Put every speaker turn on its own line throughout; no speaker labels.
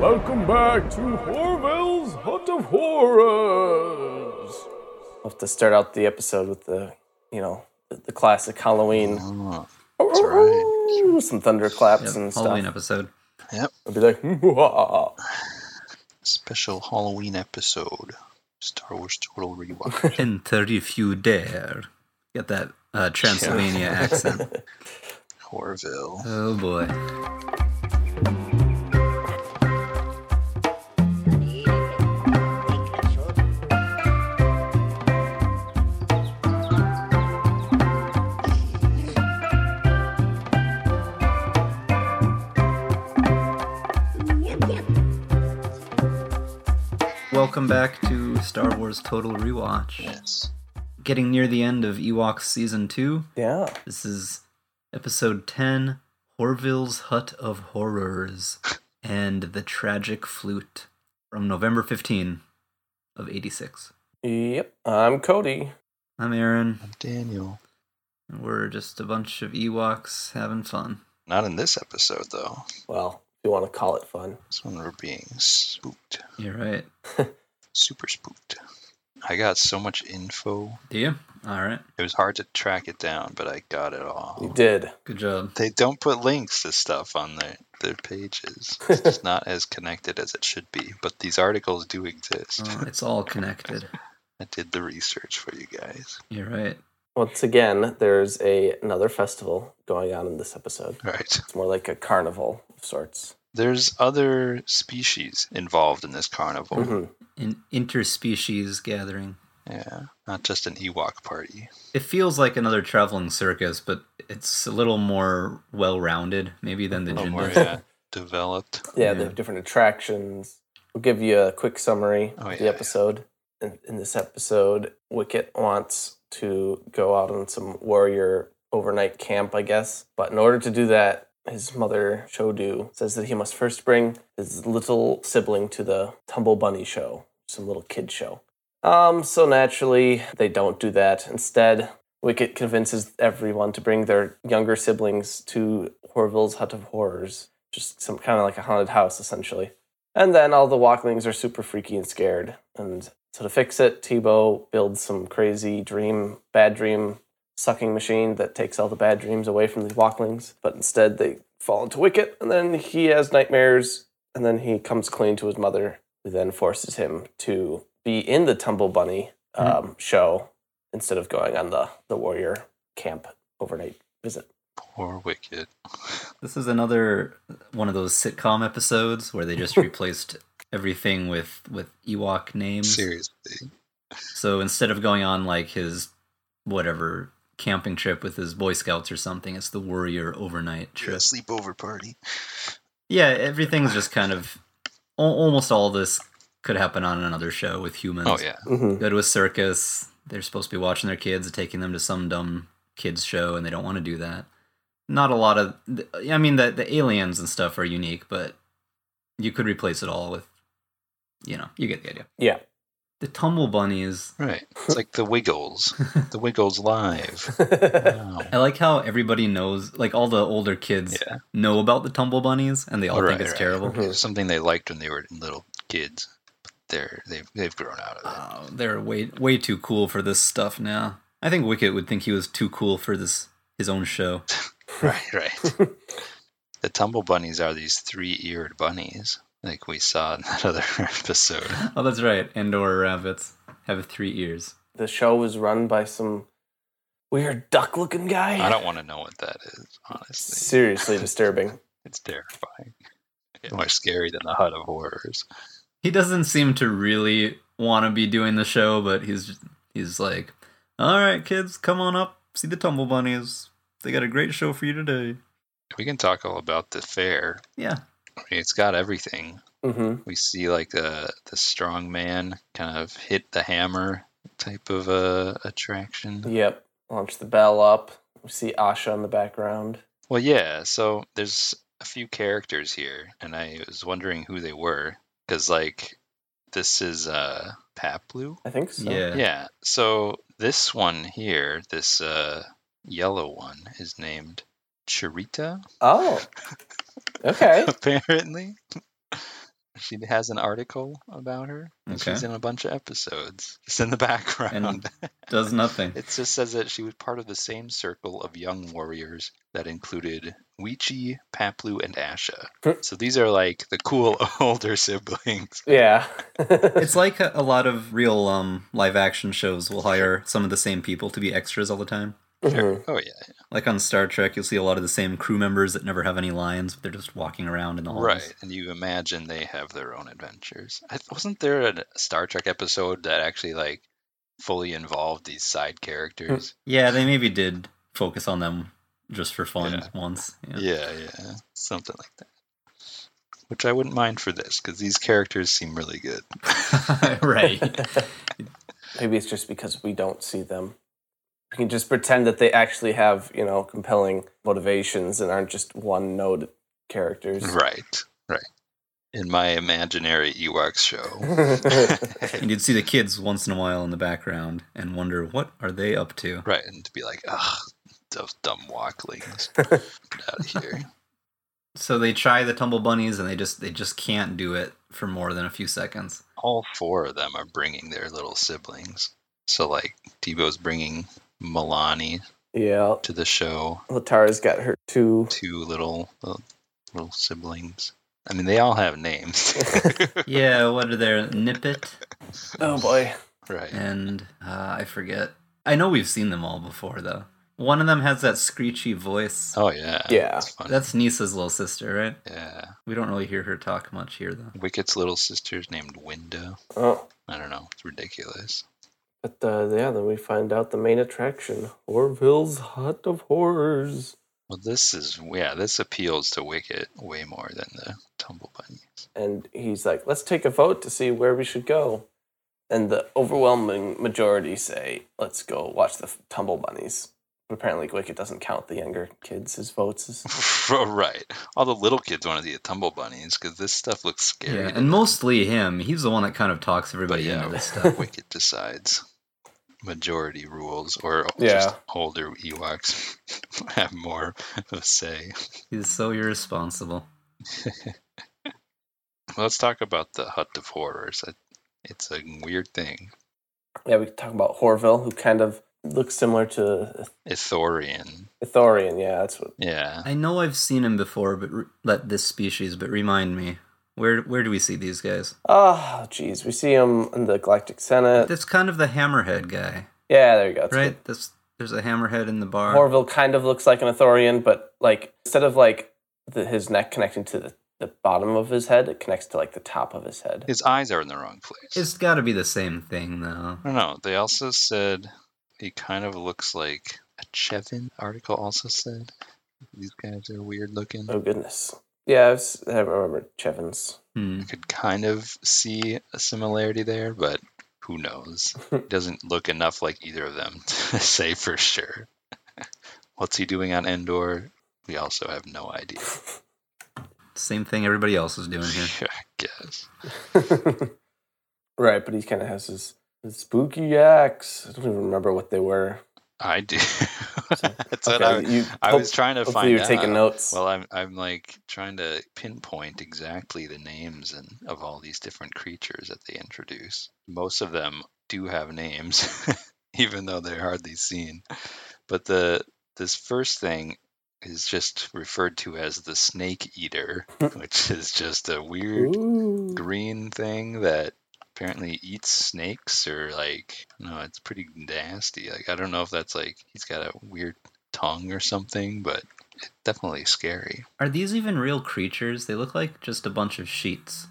Welcome back to Horvel's Hut of Horrors.
We'll have to start out the episode with the, you know, the, the classic Halloween.
Oh, that's right.
Ooh, some thunderclaps
Yep,
and stuff.
Halloween episode.
Yep.
I'll be like, "Mwah."
Special Halloween episode. Star Wars Total Rewatch.
Enter if you dare. Get that uh, Transylvania accent.
Horville.
Oh boy. Welcome back to Star Wars Total Rewatch.
Yes.
Getting near the end of Ewoks season two.
Yeah.
This is episode 10 Horville's Hut of Horrors and the Tragic Flute from November 15 of 86.
Yep. I'm Cody.
I'm Aaron.
Daniel.
and We're just a bunch of Ewoks having fun.
Not in this episode, though.
Well, if you want to call it fun.
This one we're being spooked.
You're right.
Super spooked. I got so much info.
Do you? All right.
It was hard to track it down, but I got it
You
all.
did.
Good job.
They don't put links to stuff on their, their pages. It's just not as connected as it should be, but these articles do exist.
Oh, it's all connected.
I did the research for you guys.
You're right.
Once again, there's a another festival going on in this episode.
Right.
It's more like a carnival of sorts.
There's other species involved in this carnival.
Mhm.
An interspecies gathering.
Yeah, not just an Ewok party.
It feels like another traveling circus, but it's a little more well rounded, maybe, than the
No more
Jindas.
yeah, developed.
Yeah,
Yeah.
they have different attractions. We'll give you a quick summary
Oh,
of
yeah,
the episode. In, in this episode, Wicket wants to go out on some warrior overnight camp, I guess. But in order to do that, his mother, Shodu, says that he must first bring his little sibling to the Tumble Bunny show, some little kid show. Um, so naturally, they don't do that. Instead, Wicket convinces everyone to bring their younger siblings to Horville's Hut of Horrors, just some kind of like a haunted house, essentially. And then all the walklings are super freaky and scared. And so to fix it, Tebow builds some crazy dream, bad dream sucking machine that takes all the bad dreams away from the walklings. But instead, they fall into Wicket, and then he has nightmares, and then he comes clean to his mother, who then forces him to be in the Tumble Bunny um, show instead of going on the, the warrior camp overnight visit.
Poor Wicked.
This is another one of those sitcom episodes where they just replaced everything with with Ewok names.
Seriously.
So instead of going on like his whatever camping trip with his Boy Scouts or something, it's the Warrior overnight
You're a
trip.
sleepover party.
Yeah, everything's just kind of al- almost all this could happen on another show with humans.
Oh, yeah.
Mm-hmm.
Go to a circus. They're supposed to be watching their kids, taking them to some dumb kids show, and they don't want to do that. Not a lot of. I mean, the the aliens and stuff are unique, but you could replace it all with, you know, you get the idea.
Yeah.
The tumble bunnies.
Right. It's like the Wiggles. The Wiggles Live. Wow.
I like how everybody knows, like all the older kids
Oh. Yeah.
know about the tumble bunnies, and they all
Right,
think it's
right.
terrible.
Mhm.
It's something they liked when they were little kids. But they're, they've, they've grown out of it.
Oh, they're way way too cool for this stuff now. I think Wicket would think he was too cool for this his own show.
Right, right. the Tumble Bunnies are these three eared bunnies, like we saw in that other episode.
Oh, that's right. Andor rabbits have three ears.
the show was run by some weird duck looking guy.
I don't want to know what that is, honestly.
Seriously disturbing.
It's terrifying. It's more scary than the Hut of Horrors.
He doesn't seem to really want to be doing the show, but he's he's like, "All right, kids, come on up, see the tumble bunnies. They got a great show for you today."
We can talk all about the fair.
Yeah,
I mean, it's got everything.
hmm
We see like the the strong man kind of hit the hammer type of uh, attraction.
Yep. Launch the bell up. We see Asha in the background.
Well, yeah. So there's a few characters here, and I was wondering who they were because like this is uh Paplu.
I think so.
yeah.
Yeah. So this one here, this uh, yellow one, is named Chirita,
Oh. Okay.
apparently. She has an article about her. and
Okay.
She's in a bunch of episodes. It's in the background.
Does nothing.
It just says that she was part of the same circle of young warriors that included Weechi, Paplu, and Asha. so these are like the cool older siblings.
Yeah.
It's like a, a lot of real um, live action shows will hire some of the same people to be extras all the time.
Mhm.
Oh yeah,
Like on Star Trek, you'll see a lot of the same crew members that never have any lines, but they're just walking around in the halls.
right. And you imagine they have their own adventures. I, wasn't there a Star Trek episode that actually like fully involved these side characters?
Yeah, they maybe did focus on them just for fun
Yeah.
once. Yeah.
Yeah, yeah, something like that. Which I wouldn't mind for this because these characters seem really good.
right.
Maybe it's just because we don't see them. We can just pretend that they actually have, you know, compelling motivations and aren't just one note characters.
Right, right. In my imaginary Ewoks show.
And you'd see the kids once in a while in the background and wonder what are they up to?
right, and to be like, ugh, those dumb walklings. Get out of here.
So they try the tumble bunnies and they just they just can't do it for more than a few seconds.
All four of them are bringing their little siblings. So, like, Tebow's bringing Milani
yeah.
to the show,
Latara's got her two.
two little, little, little siblings. I mean, they all have names.
Yeah, what are their nippet
Oh boy.
right.
and uh, I forget. I know we've seen them all before though. One of them has that screechy voice.
Oh, yeah.
Yeah.
That's funny.
That's Nisa's little sister, right?
yeah.
We don't really hear her talk much here though.
Wicket's little sister's named Winda.
Oh.
I don't know. It's ridiculous.
But uh, yeah, then we find out the main attraction, Orville's Hut of Horrors.
Well, this is yeah. This appeals to Wicket way more than the Tumble Bunny.
And he's like, let's take a vote to see where we should go. And the overwhelming majority say, let's go watch the f- Tumble Bunnies. Apparently, Wicket doesn't count the younger kids' his votes. Is-
Oh, right. All the little kids want to be the Tumble Bunnies because this stuff looks scary.
Yeah,
to
and
them.
mostly him. He's the one that kind of talks everybody into this stuff.
Wicket decides. Majority rules, or just
Yeah.
older Ewoks have more of a say.
He's so irresponsible.
Let's talk about the Hut of Horrors. I- It's a weird thing.
yeah, we talk about Horville, who kind of looks similar to
Ithorian.
Ithorian. Yeah, that's what.
Yeah.
I know I've seen him before, but re- let this species. But remind me, where where do we see these guys?
Oh, geez. We see him in the Galactic Senate.
That's kind of the hammerhead guy,
Yeah, there you go. That's good.
right? That's there's a hammerhead in the bar.
Horville kind of looks like an Ithorian, but like instead of like the, his neck connecting to the, the bottom of his head, it connects to like the top of his head.
His eyes are in the wrong place.
It's got to be the same thing though.
I don't know. They also said he kind of looks like a Chevin article also said. These guys are weird looking.
Oh goodness. Yeah, I, was, I remember Chevins.
Hmm.
I could kind of see a similarity there, but who knows? It doesn't look enough like either of them to say for sure. What's he doing on Endor? We also have no idea.
Same thing everybody else is doing here.
I guess.
right, but he kind of has his, his spooky acts. I don't even remember what they were.
I do. That's what I,
Okay, you-
I
hope-
was trying to
Hopefully,
find
you're taking
out.
notes.
Well, I'm I'm like trying to pinpoint exactly the names and of all these different creatures that they introduce. Most of them do have names, even though they're hardly seen. But the this first thing is just referred to as the snake eater, which is just a weird
Ooh.
green thing that apparently eats snakes or like no it's pretty nasty like i don't know if that's like he's got a weird tongue or something but it's definitely scary
Are these even real creatures? They look like just a bunch of sheets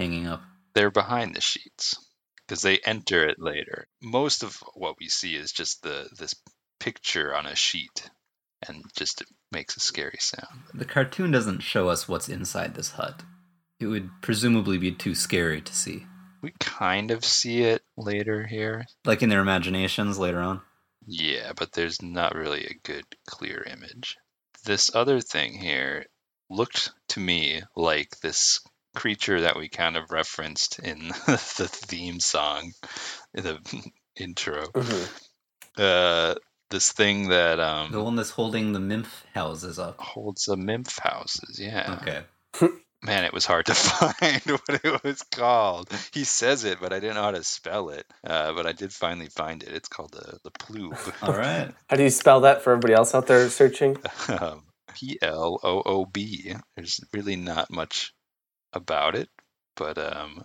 hanging up.
they're behind the sheets because they enter it later most of what we see is just the this picture on a sheet and just it makes a scary sound
The cartoon doesn't show us what's inside this hut. It would presumably be too scary to see.
we kind of see it later here
Like in their imaginations later on.
Yeah, but there's not really a good clear image. This other thing here looked to me like this creature that we kind of referenced in the theme song, the intro.
Mhm.
Uh, this thing that
The
um,
one that's holding the nymph houses up.
holds the nymph houses. Yeah.
Okay.
man, it was hard to find what it was called. He says it, but I didn't know how to spell it. Uh, but I did finally find it. It's called the the ploob.
All right.
How do you spell that for everybody else out there searching?
Um, P L O O B. There's really not much about it, but um,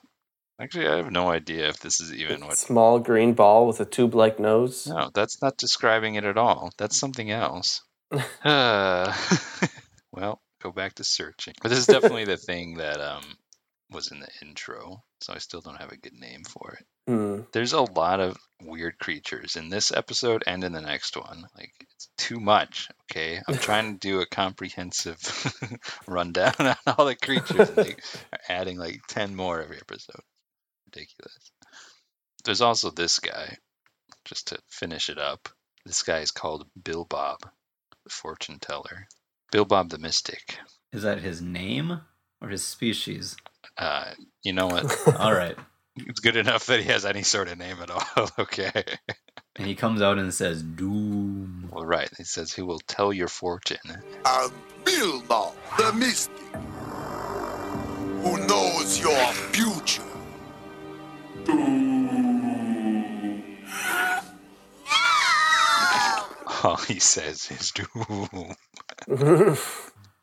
actually, I have no idea if this is even what.
Small green ball with a tube-like nose.
No, that's not describing it at all. That's something else. Uh, well, go back to searching. But this is definitely the thing that um was in the intro, so I still don't have a good name for it.
Hmm.
There's a lot of weird creatures in this episode and in the next one. Like it's too much. Okay, I'm trying to do a comprehensive rundown on all the creatures. And they are adding like ten more every episode. Ridiculous. There's also this guy. Just to finish it up, this guy is called Bill Bob, the fortune teller. Bill Bob the Mystic.
Is that his name or his species?
Uh, you know what?
All right.
It's good enough that he has any sort of name at all. okay.
And he comes out and says, Doom.
Well, right. He says, Who will tell your fortune?
I'm Bilbo the Mystic, who knows your future.
All Oh, he says is doom.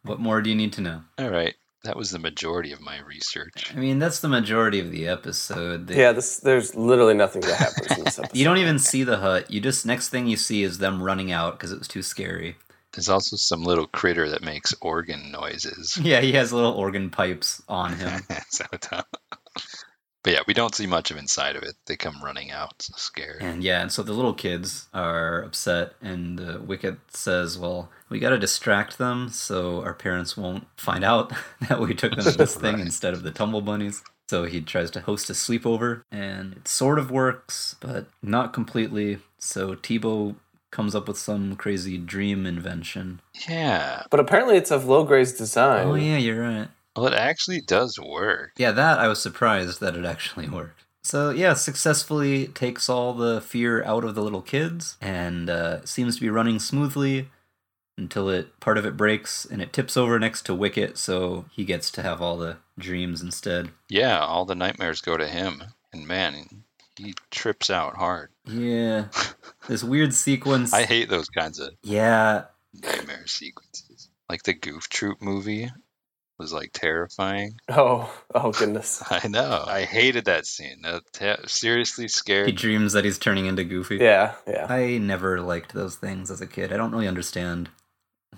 What more do you need to know?
All right. That was the majority of my research.
I mean, that's the majority of the episode. They-
Yeah, this there's literally nothing that happens in this episode.
You don't even see the hut. You just, next thing you see is them running out because it was too scary.
There's also some little critter that makes organ noises.
Yeah, he has little organ pipes on him.
so dumb. But yeah, we don't see much of inside of it. They come running out, so scared.
And yeah, and so the little kids are upset, and uh, Wicket says, "Well, we got to distract them so our parents won't find out that we took them to this thing
Right.
instead of the tumble bunnies." So he tries to host a sleepover, and it sort of works, but not completely. So Tebow comes up with some crazy dream invention.
Yeah.
But apparently, it's of Logre's design.
Oh yeah, you're right.
Well, it actually does work.
Yeah, that I was surprised that it actually worked. So yeah, successfully takes all the fear out of the little kids and uh, seems to be running smoothly until it part of it breaks and it tips over next to Wicket, so he gets to have all the dreams instead.
Yeah, all the nightmares go to him. And man, he trips out hard.
Yeah, this weird sequence.
I hate those kinds of
yeah,
nightmare sequences. Like the Goof Troop movie was like terrifying.
Oh, oh goodness.
I know. I hated that scene. That te- seriously
he
scared.
dreams that he's turning into Goofy.
Yeah, yeah.
I never liked those things as a kid. I don't really understand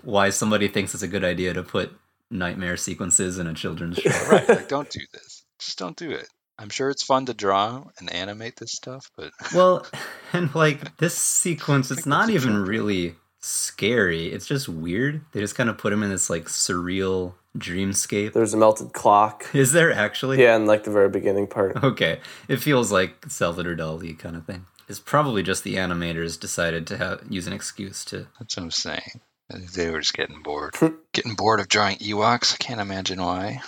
why somebody thinks it's a good idea to put nightmare sequences in a children's show.
right. Like, don't do this. Just don't do it. I'm sure it's fun to draw and animate this stuff, but
Well, and like this sequence,
I
it's
think
not
it's a
even
joke.
really scary. It's just weird. They just kind of put him in this like surreal dreamscape.
There's a melted clock.
Is there actually?
Yeah, in like the very beginning part.
Okay. It feels like Salvador Dali kind of thing. It's probably just the animators decided to have, use an excuse to.
that's what I'm saying. I think They were just getting bored. getting bored of drawing Ewoks. I can't imagine why.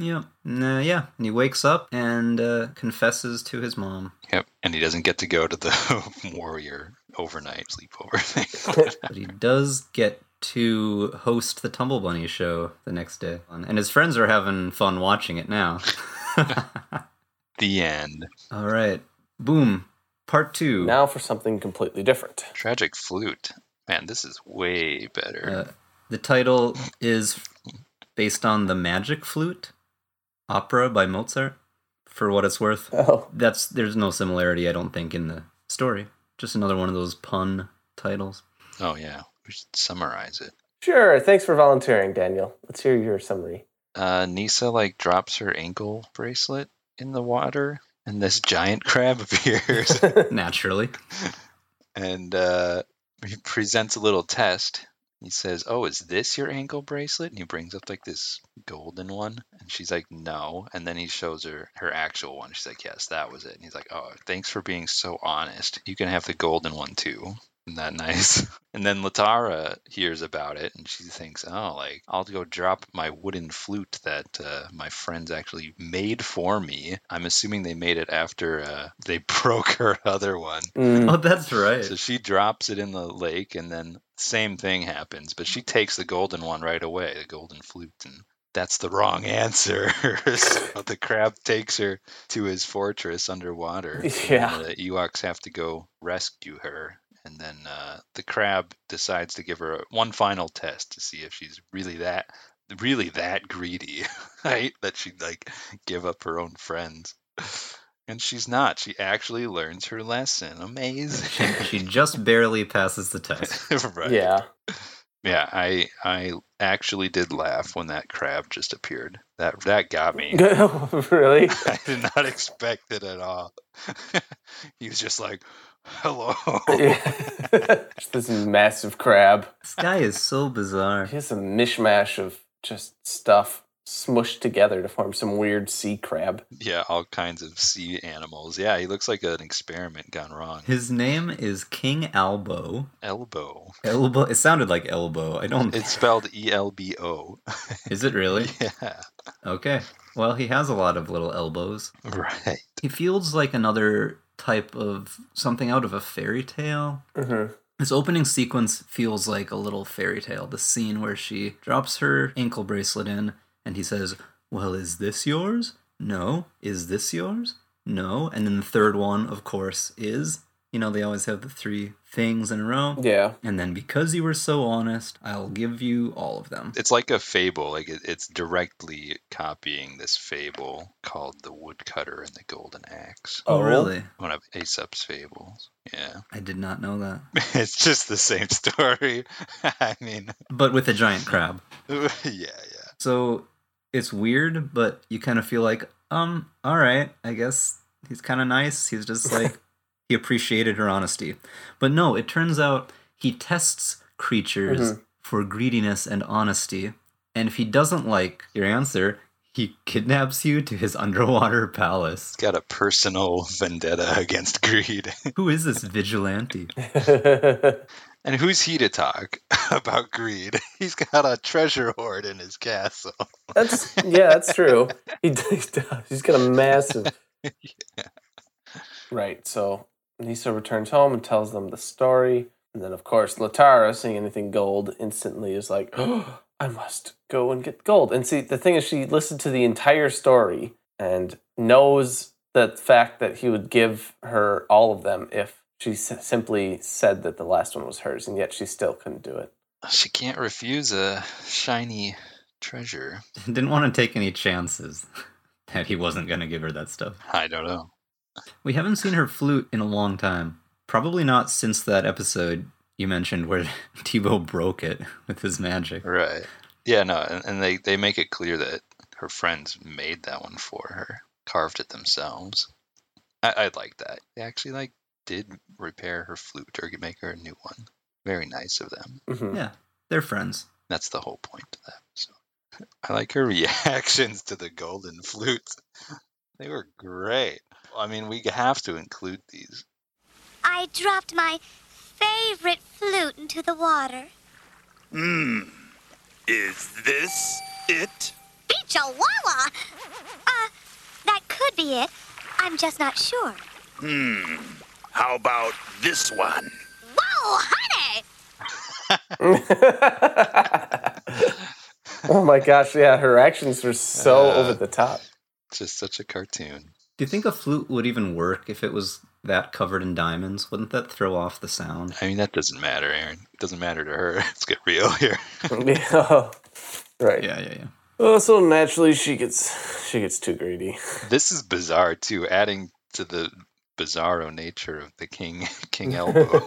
Yeah. Nah, yeah. And he wakes up and uh, confesses to his mom,
Yep. And he doesn't get to go to the warrior overnight sleepover thing.
but he does get to host the Tumble Bunny show the next day. And his friends are having fun watching it now.
the end.
All right. Boom. Part two.
Now for something completely different.
Tragic flute. Man, this is way better.
Uh, the title is based on The Magic Flute, opera by Mozart, for what it's worth.
Oh,
That's There's no similarity, I don't think, in the story. Just another one of those pun titles.
oh yeah. We should summarize it.
sure. Thanks for volunteering, Daniel. Let's hear your summary.
uh, Nisa like drops her ankle bracelet in the water, and this giant crab appears
Naturally.
and uh, he presents a little test. He says, "Oh, is this your ankle bracelet?" And he brings up like this golden one, and she's like, "No." And then he shows her her actual one. She's like, "Yes, that was it." And he's like, "Oh, thanks for being so honest. You can have the golden one too." Isn't that nice? And then Latara hears about it, and she thinks, "Oh, like I'll go drop my wooden flute that uh, my friends actually made for me." I'm assuming they made it after uh, they broke her other one.
Mm,
Oh, that's right.
So she drops it in the lake, and then same thing happens. But she takes the golden one right away, the golden flute, and that's the wrong answer. so the crab takes her to his fortress underwater.
Yeah.
And the Ewoks have to go rescue her. And then uh, the crab decides to give her one final test to see if she's really that really that greedy, right? That she'd like give up her own friends. And she's not. She actually learns her lesson. Amazing.
She just barely passes the test.
right.
Yeah.
Yeah, I I actually did laugh when that crab just appeared. That that got me.
really?
I did not expect it at all. he was just like, "Hello."
Yeah. Just this massive crab.
This guy is so bizarre.
Here's a mishmash of just stuff smushed together to form some weird sea crab.
yeah, all kinds of sea animals. Yeah, he looks like an experiment gone wrong.
His name is King Albo.
Elbow.
Elbow. It sounded like elbow. I don't.
It's spelled E L B O.
Is it really?
Yeah.
Okay. Well, he has a lot of little elbows.
Right.
He feels like another type of something out of a fairy tale.
Mm-hmm.
This opening sequence feels like a little fairy tale. The scene where she drops her ankle bracelet in and he says, Well, is this yours? No. Is this yours? No. And then the third one, of course, is. You know, they always have the three things in a row.
Yeah.
And then because you were so honest, I'll give you all of them.
It's like a fable. Like it, it's directly copying this fable called "The Woodcutter and the Golden Axe,"
Oh,
one of Aesop's fables. Yeah.
I did not know that.
it's just the same story. I mean,
But with a giant crab.
yeah, yeah.
So it's weird, but you kind of feel like, um, all right, I guess he's kind of nice. He's just like, he appreciated her honesty. But no, it turns out he tests creatures for greediness and honesty. And if he doesn't like your answer, he kidnaps you to his underwater palace.
Got a personal vendetta against greed.
Who is this vigilante?
And who's he to talk about greed? He's got a treasure hoard in his castle.
that's yeah, that's true. He, d- he does. He's got a massive. Right. So Nisa returns home and tells them the story, and then of course Latara, seeing anything gold, instantly is like, oh, "I must go and get gold." And see, the thing is, she listened to the entire story and knows the fact that he would give her all of them if she s- simply said that the last one was hers, and yet she still couldn't do it.
She can't refuse a shiny treasure.
Didn't want to take any chances that he wasn't going to give her that stuff.
I don't know.
We haven't seen her flute in a long time. Probably not since that episode you mentioned where Tebow broke it with his magic.
Right. Yeah, no, and, and they, they make it clear that her friends made that one for her, carved it themselves. I, I like that. They actually like did repair her flute or make her a new one. Very nice of them.
Mhm.
Yeah, they're friends.
That's the whole point of that. So I like her reactions to the golden flutes. They were great. I mean, we have to include these.
I dropped my favorite flute into the water.
Is this it?
Chihuahua! Uh, that could be it. I'm just not sure.
How about this one?
Whoa, honey!
oh my gosh! Yeah, her actions were so over the top.
It's just such a cartoon.
Do you think a flute would even work if it was that covered in diamonds? Wouldn't that throw off the sound?
I mean, that doesn't matter, Aaron. It doesn't matter to her. Let's get real here.
Yeah. right.
Yeah, yeah, yeah.
Well, so naturally she gets she gets too greedy.
This is bizarre too, adding to the bizarro nature of the king king elbow.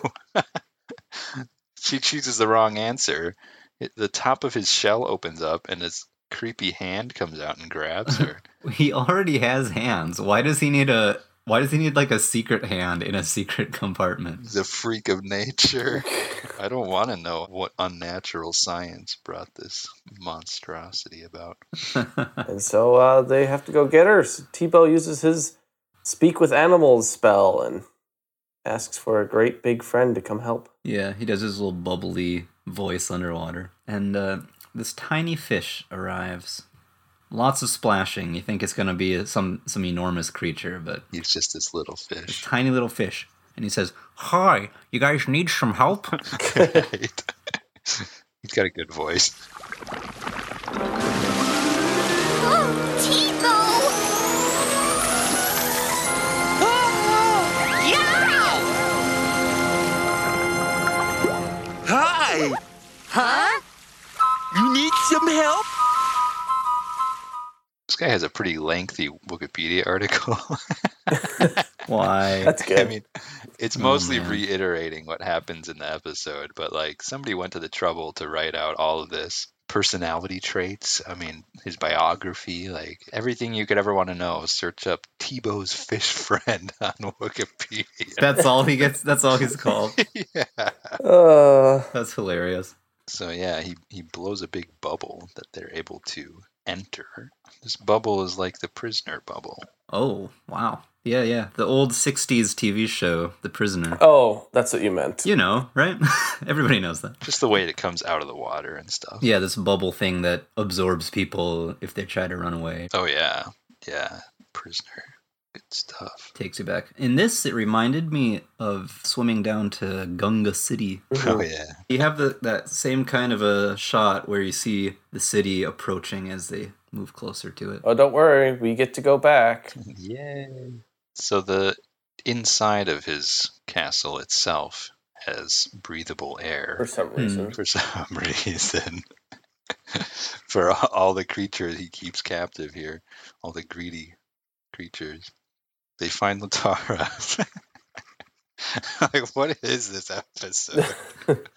she chooses the wrong answer. It- The top of his shell opens up and his creepy hand comes out and grabs her.
He already has hands. Why does he need a why does he need like a secret hand in a secret compartment?
the freak of nature. I don't want to know what unnatural science brought this monstrosity about.
And so uh, they have to go get her. So Tebow uses his speak with animals spell and asks for a great big friend to come help.
Yeah, he does his little bubbly voice underwater. And uh, this tiny fish arrives. Lots of splashing. You think it's going to be some, some enormous creature, but
He's just this little fish.
tiny little fish. And he says, Hi, you guys need some help?
Right? He's got a good voice.
Oh, Tebow! Oh,
Hi! Huh? You need some help?
This guy has a pretty lengthy Wikipedia article.
Why?
That's good.
I mean, it's mostly
Oh, man.
reiterating what happens in the episode, but like somebody went to the trouble to write out all of this personality traits. I mean, his biography, like everything you could ever want to know. Search up Tebow's fish friend on Wikipedia.
That's all he gets. That's all he's called.
yeah.
uh,
That's hilarious.
So yeah, he he blows a big bubble that they're able to enter. This bubble is like the prisoner bubble.
Oh wow. Yeah, yeah. The old '60s TV show, The Prisoner.
oh, that's what you meant.
You know, right? Everybody knows that.
Just the way it comes out of the water and stuff.
Yeah, this bubble thing that absorbs people if they try to run away.
Oh yeah. Yeah. Prisoner. Good stuff.
Takes you back. In this, it reminded me of swimming down to Gunga City.
Oh yeah.
You have the, that same kind of a shot where you see the city approaching as they move closer to it.
Oh, don't worry, we get to go back.
Yay. So the inside of his castle itself has breathable
For
air
some reason,
for some reason. for all- all the creatures he keeps captive here, all the greedy creatures. They find Latara. like what is this episode? What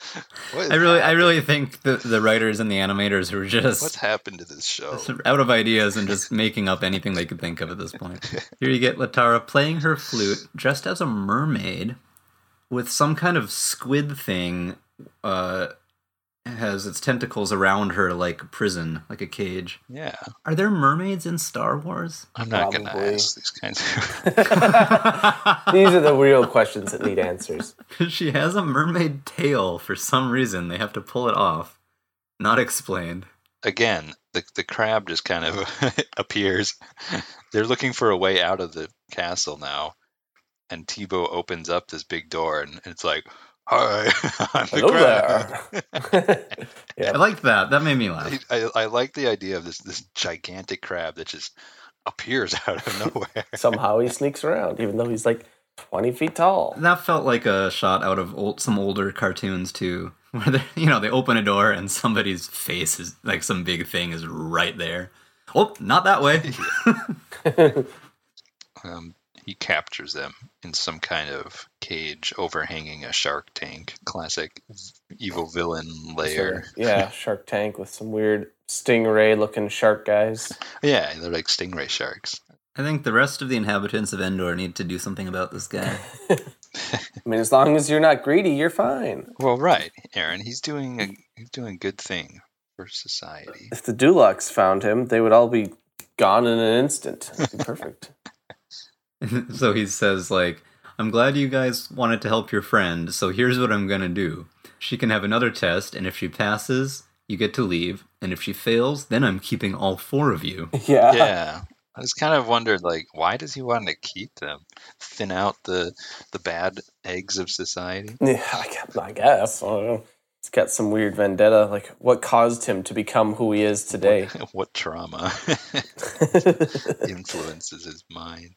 is
I really, I
happening?
really think the the writers and the animators were
what's
just
happened to this show?
out of ideas and just making up anything they could think of at this point. Here you get Latara playing her flute, dressed as a mermaid, with some kind of squid thing. Uh, has its tentacles around her like a prison, like a cage.
Yeah.
Are there mermaids in Star Wars?
I'm not gonna
Probably.
ask these kinds of
these are the real questions that need answers.
she has a mermaid tail for some reason. They have to pull it off. Not explained.
again, the the crab just kind of appears. They're looking for a way out of the castle now, and Tebow opens up this big door, and it's like, "Hi, I'm the
Hello
crab."
there. yeah,
I liked that. That made me laugh.
I, I, I like the idea of this this gigantic crab that just appears out of nowhere.
somehow he sneaks around, even though he's like 20 feet tall.
That felt like a shot out of old, some older cartoons too, where they, you know they open a door and somebody's face is like some big thing is right there. Oh, not that way.
Um, he captures them in some kind of cage overhanging a shark tank. Classic evil villain lair.
Yeah, Shark Tank with some weird stingray looking shark guys.
Yeah, they're like stingray sharks.
I think the rest of the inhabitants of Endor need to do something about this guy.
I mean, as long as you're not greedy, you're fine.
Well, right, Aaron. He's doing a he's doing a good thing for society.
If the Dulux found him, they would all be gone in an instant. It'd be perfect.
so he says like, "I'm glad you guys wanted to help your friend. So here's what I'm gonna do. She can have another test, and if she passes, you get to leave. And if she fails, then I'm keeping all four of you."
Yeah.
Yeah, I just kind of wondered, like, why does he want to keep them? Thin out the the bad eggs of society.
Yeah, I guess. I guess. I don't know. He's got some weird vendetta. Like, what caused him to become who he is today?
What trauma influences his mind?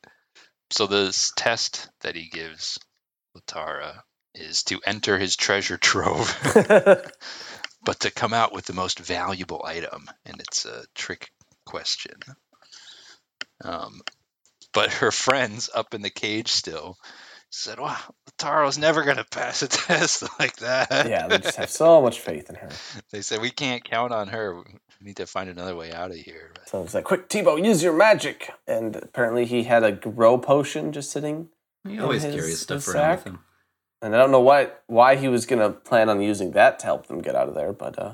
So this test that he gives Latara is to enter his treasure trove, but to come out with the most valuable item, and it's a trick question. Um, but her friends up in the cage still said, "Wow, Taro's never gonna pass a test like that."
yeah, they just have so much faith in her.
They said we can't count on her. We need to find another way out of here. But
So it's like, quick, Tebow, use your magic. And apparently he had a grow potion just sitting.
You always
his-
carry
his
stuff around with
sack?
him.
And I don't know why why he was gonna plan on using that to help them get out of there, but uh,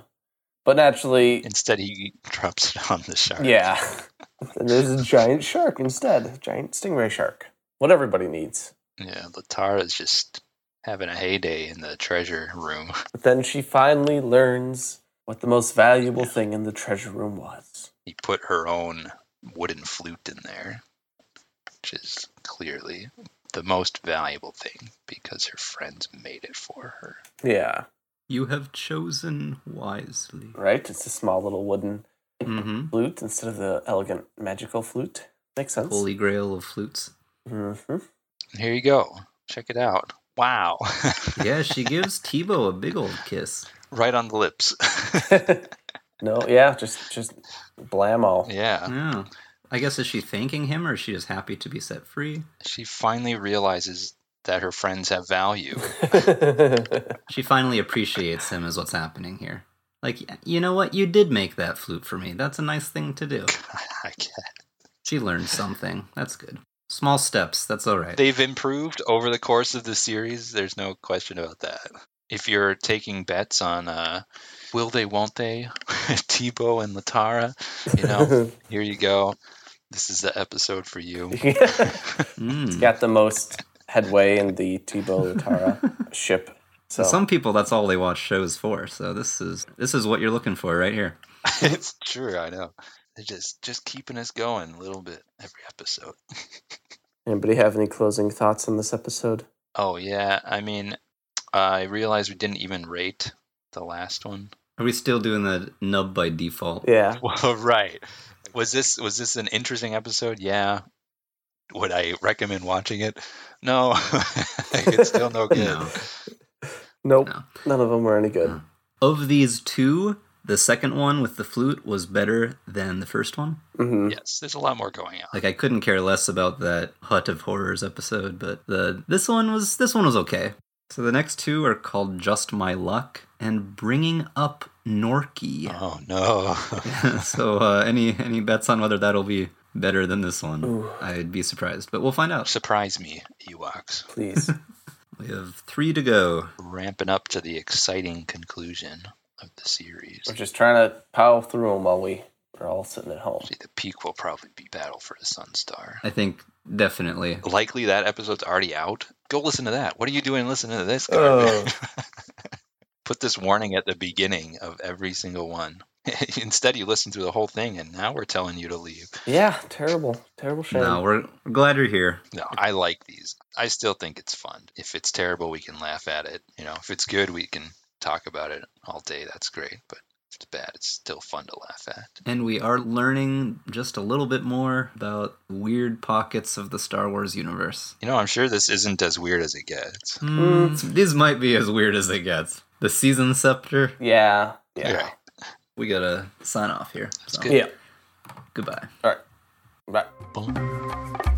but naturally,
instead, he drops it on the shark.
yeah. and there's a giant shark instead, a giant stingray shark. What everybody needs.
Yeah, Latara's just having a heyday in the treasure room.
But then she finally learns what the most valuable thing in the treasure room was.
He put her own wooden flute in there, which is clearly the most valuable thing because her friends made it for her.
Yeah,
You have chosen wisely.
right. It's a small little wooden
Mm-hmm.
flute instead of the elegant magical flute. Makes sense.
Holy grail of flutes.
hmm
And here you go. Check it out. Wow.
Yeah, she gives Tebow a big old kiss.
right on the lips.
no, yeah, just just blammo.
yeah.
Yeah. I guess is she thanking him or is she just happy to be set free?
She finally realizes that her friends have value.
She finally appreciates him is what's happening here. Like, "Yeah, you know what? You did make that flute for me. That's a nice thing to do.
I guess.
She learned something. That's good. Small steps. That's all right.
They've improved over the course of the series. There's no question about that. If you're taking bets on uh, will they, won't they, Tebow and Latara, you know, here you go. This is the episode for you.
Mm.
Got the most headway in the Tebow Tara ship. So
Some people that's all they watch shows for. So this is this is what you're looking for right here.
it's true, I know. They're just just keeping us going a little bit every episode.
anybody have any closing thoughts on this episode?
Oh yeah, I mean, I realized we didn't even rate the last one.
Are we still doing the nub by default?
Yeah.
Well, right. Was this was this an interesting episode? Yeah. Would I recommend watching it? No, it's still no good.
No.
Nope.
No.
None of them were any good.
Of these two, the second one with the flute was better than the first one.
hmm
Yes, there's a lot more going on.
Like I couldn't care less about that Hut of Horrors episode, but the this one was this one was okay. So the next two are called Just My Luck and Bringing Up Norky.
Oh no.
so uh, any any bets on whether that'll be better than this one? I'd be surprised, but we'll find out.
Surprise me, Ewoks.
Please.
We have three to go.
Ramping up to the exciting conclusion of the series.
we're just trying to power through them while we are all sitting at home.
See, the peak will probably be Battle for the Sun Star.
I think definitely.
Likely that episode's already out. Go listen to that. What are you doing listening to this?
Oh.
garbage? Put this warning at the beginning of every single one. Instead, you listen through the whole thing, and now we're telling you to leave.
Yeah, terrible. Terrible shame.
No, we're we're glad you're here.
No, I like these. I still think it's fun. If it's terrible, we can laugh at it. You know, if it's good, we can talk about it all day. That's great. But if it's bad, it's still fun to laugh at.
And we are learning just a little bit more about weird pockets of the Star Wars universe.
You know, I'm sure this isn't as weird as it gets.
Hmm, These might be as weird as it gets. The Season Scepter.
Yeah. Yeah.
Right.
We gotta sign off here. So,
good.
Yeah.
Goodbye.
All right. Bye.
Boom.